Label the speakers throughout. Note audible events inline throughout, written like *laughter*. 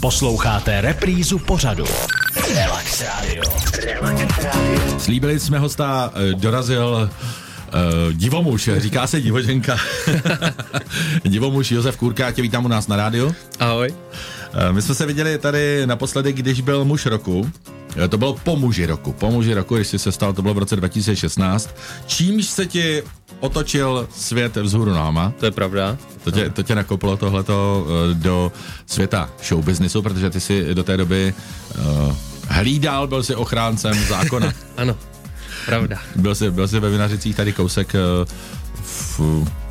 Speaker 1: Posloucháte reprízu pořadu. Relax Radio. Relax Radio.
Speaker 2: Slíbili jsme hosta, eh, dorazil eh, divomuž, říká se divoženka. *laughs* divomuž Josef Kůrka, já tě vítám u nás na rádiu.
Speaker 3: Ahoj.
Speaker 2: Eh, My jsme se viděli tady naposledy, když byl muž roku. Eh, To bylo po muži roku. Po muži roku, když jsi se stal, to bylo v roce 2016. Čímž se ti otočil svět vzhůru nohama.
Speaker 3: To je pravda.
Speaker 2: To tě, to tě nakoplo tohleto eh, do světa showbiznisu, protože ty si do té doby uh, hlídal, byl si ochráncem zákona.
Speaker 3: Ano, pravda.
Speaker 2: Byl jsi, byl jsi ve Vinařicích tady kousek eh, v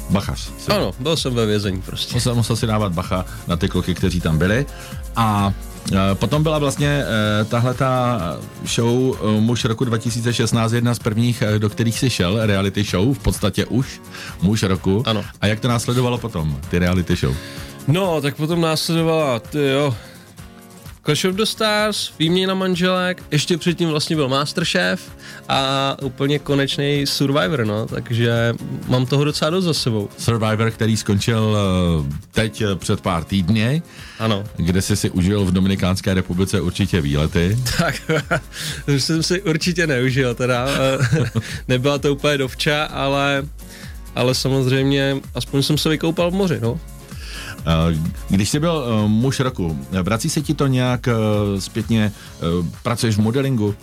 Speaker 2: Bachař.
Speaker 3: Ano, byl jsem ve vězení prostě.
Speaker 2: Musel, musel si dávat bacha na ty kluky, kteří tam byli. A eh, potom byla vlastně tahle ta show eh, Muž roku 2016, jedna z prvních, eh, do kterých si šel, reality show, v podstatě už Muž roku.
Speaker 3: Ano.
Speaker 2: A jak to následovalo potom, ty reality show?
Speaker 3: No, tak potom následovala, ty jo, Clash of the Stars, výměna manželek, ještě předtím vlastně byl Masterchef a úplně konečný Survivor, no, takže mám toho docela dost za sebou.
Speaker 2: Survivor, který skončil eh, teď eh, před pár týdny,
Speaker 3: Ano.
Speaker 2: kde jsi si užil v Dominikánské republice určitě výlety.
Speaker 3: *laughs* Tak, to jsem si určitě neužil teda, *laughs* eh, nebyla to úplně dovča, ale, ale samozřejmě aspoň jsem se vykoupal v moři, no.
Speaker 2: Eh, Když jsi byl eh, muž roku, vrací se ti to nějak eh, zpětně? eh, Pracuješ v modelingu?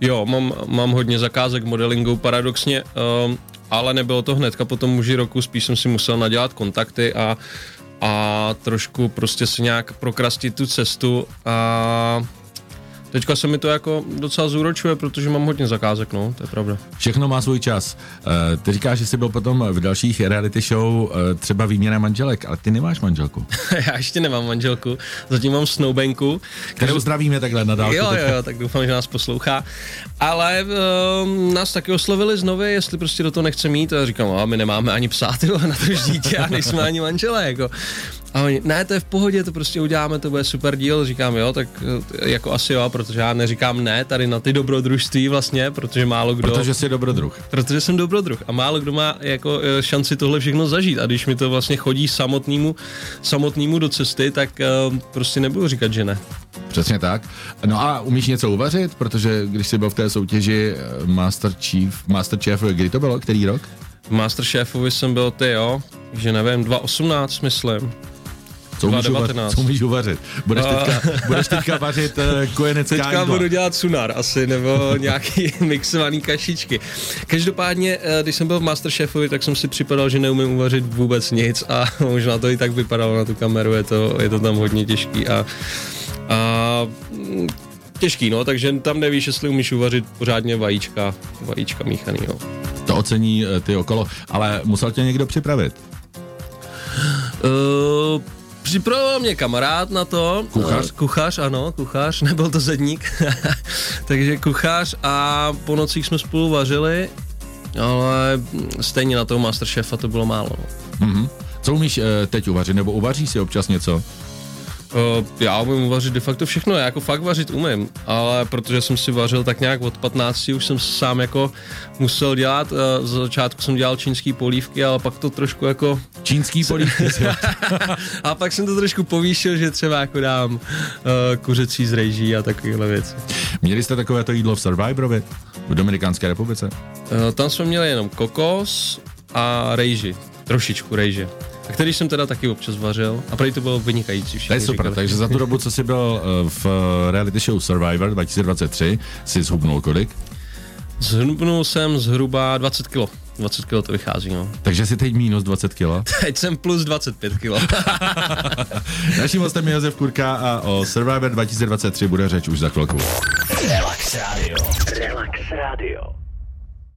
Speaker 3: Jo, mám, mám hodně zakázek modelingu, paradoxně, um, ale nebylo to hnedka po tom muži roku, spíš jsem si musel nadělat kontakty a, a trošku prostě si nějak prokrastit tu cestu a teďka se mi to jako docela zúročuje, protože mám hodně zakázek, no, to je pravda.
Speaker 2: Všechno má svůj čas. Eh, Ty říkáš, že jsi byl potom v dalších reality show eh, třeba výměna manželek, ale ty nemáš
Speaker 3: *laughs*
Speaker 2: manželku.
Speaker 3: *laughs* Já ještě nemám manželku, zatím mám snoubenku,
Speaker 2: Kterou zdravíme takhle na dálku.
Speaker 3: Jo,
Speaker 2: teďka.
Speaker 3: jo, jo, tak doufám, že nás poslouchá. Ale um, nás taky oslovili znovu, jestli prostě do toho nechce mít. A já říkám, a my nemáme ani psa, *laughs* ty vole, na to už dítě a nejsme ani manželé, jako. A oni, ne, to je v pohodě, to prostě uděláme, to bude super díl. Říkám, jo, tak eh, jako asi jo, protože já neříkám ne tady na ty dobrodružství vlastně, protože málo kdo...
Speaker 2: Protože jsi dobrodruh.
Speaker 3: Protože jsem dobrodruh a málo kdo má jako eh, šanci tohle všechno zažít a když mi to vlastně chodí samotnému, samotnému do cesty, tak eh, prostě nebudu říkat, že ne.
Speaker 2: Přesně tak. No a umíš něco uvařit? Protože když jsi byl v té soutěži eh, Master Chief, Master Chef, kdy to bylo? Který rok?
Speaker 3: Masterchefovi jsem byl ty, jo, že nevím, 2.18 myslím.
Speaker 2: Co umíš, uvařit?
Speaker 3: 2019.
Speaker 2: Co umíš uvařit? Budeš
Speaker 3: A-
Speaker 2: teďka,
Speaker 3: *laughs*
Speaker 2: budeš teďka vařit eh, kojenecká
Speaker 3: Teďka
Speaker 2: jídla.
Speaker 3: budu dělat sunar asi, nebo *laughs* nějaký mixovaný kašičky. Každopádně, eh, když jsem byl v Masterchefovi, tak jsem si připadal, že neumím uvařit vůbec nic a *laughs* možná to i tak vypadalo na tu kameru, je to, je to tam hodně těžký a, a mm, těžký, no, takže tam nevíš, jestli umíš uvařit pořádně vajíčka, vajíčka míchaný, no. jo.
Speaker 2: To ocení eh, ty okolo, ale musel tě někdo připravit.
Speaker 3: Uh, Připravoval mě kamarád na to.
Speaker 2: Kuchař?
Speaker 3: Eh, Kuchař, ano, kuchař, *laughs* nebyl to zedník. Takže kuchař a po nocích jsme spolu vařili, ale stejně na toho Masterchefa to bylo málo. No.
Speaker 2: Mhm. Co umíš eh, teď uvařit? Nebo uvaříš si občas něco?
Speaker 3: Uh, já umím uvařit de facto všechno, já jako fakt vařit umím, ale protože jsem si vařil tak nějak od 15, už jsem sám jako musel dělat, uh, z začátku jsem dělal čínský polívky, ale pak to trošku jako
Speaker 2: Čínský polívky. si-
Speaker 3: A pak jsem to trošku povýšil, že třeba jako dám uh, kuřecí z rejží a takovéhle věci.
Speaker 2: Měli jste takovéto jídlo v Survivorovi? V Dominikánské republice?
Speaker 3: Uh, tam jsme měli jenom kokos a rejži, trošičku rejže. A který jsem teda taky občas vařil a prý to bylo vynikající.
Speaker 2: To
Speaker 3: všichni
Speaker 2: je super,
Speaker 3: říkali.
Speaker 2: takže za tu dobu, co jsi byl eh, v eh, reality show Survivor 2023, jsi zhubnul kolik?
Speaker 3: Zhrubnul jsem zhruba 20 kilo. 20 kilo to vychází, no. *laughs*
Speaker 2: Takže jsi teď minus 20 kilo.
Speaker 3: Teď jsem plus 25 kilo.
Speaker 2: Naším hostem je Josef Kurka a o Survivor 2023 bude řeč už za chvilku.
Speaker 1: Relax Radio.
Speaker 4: Relax Radio.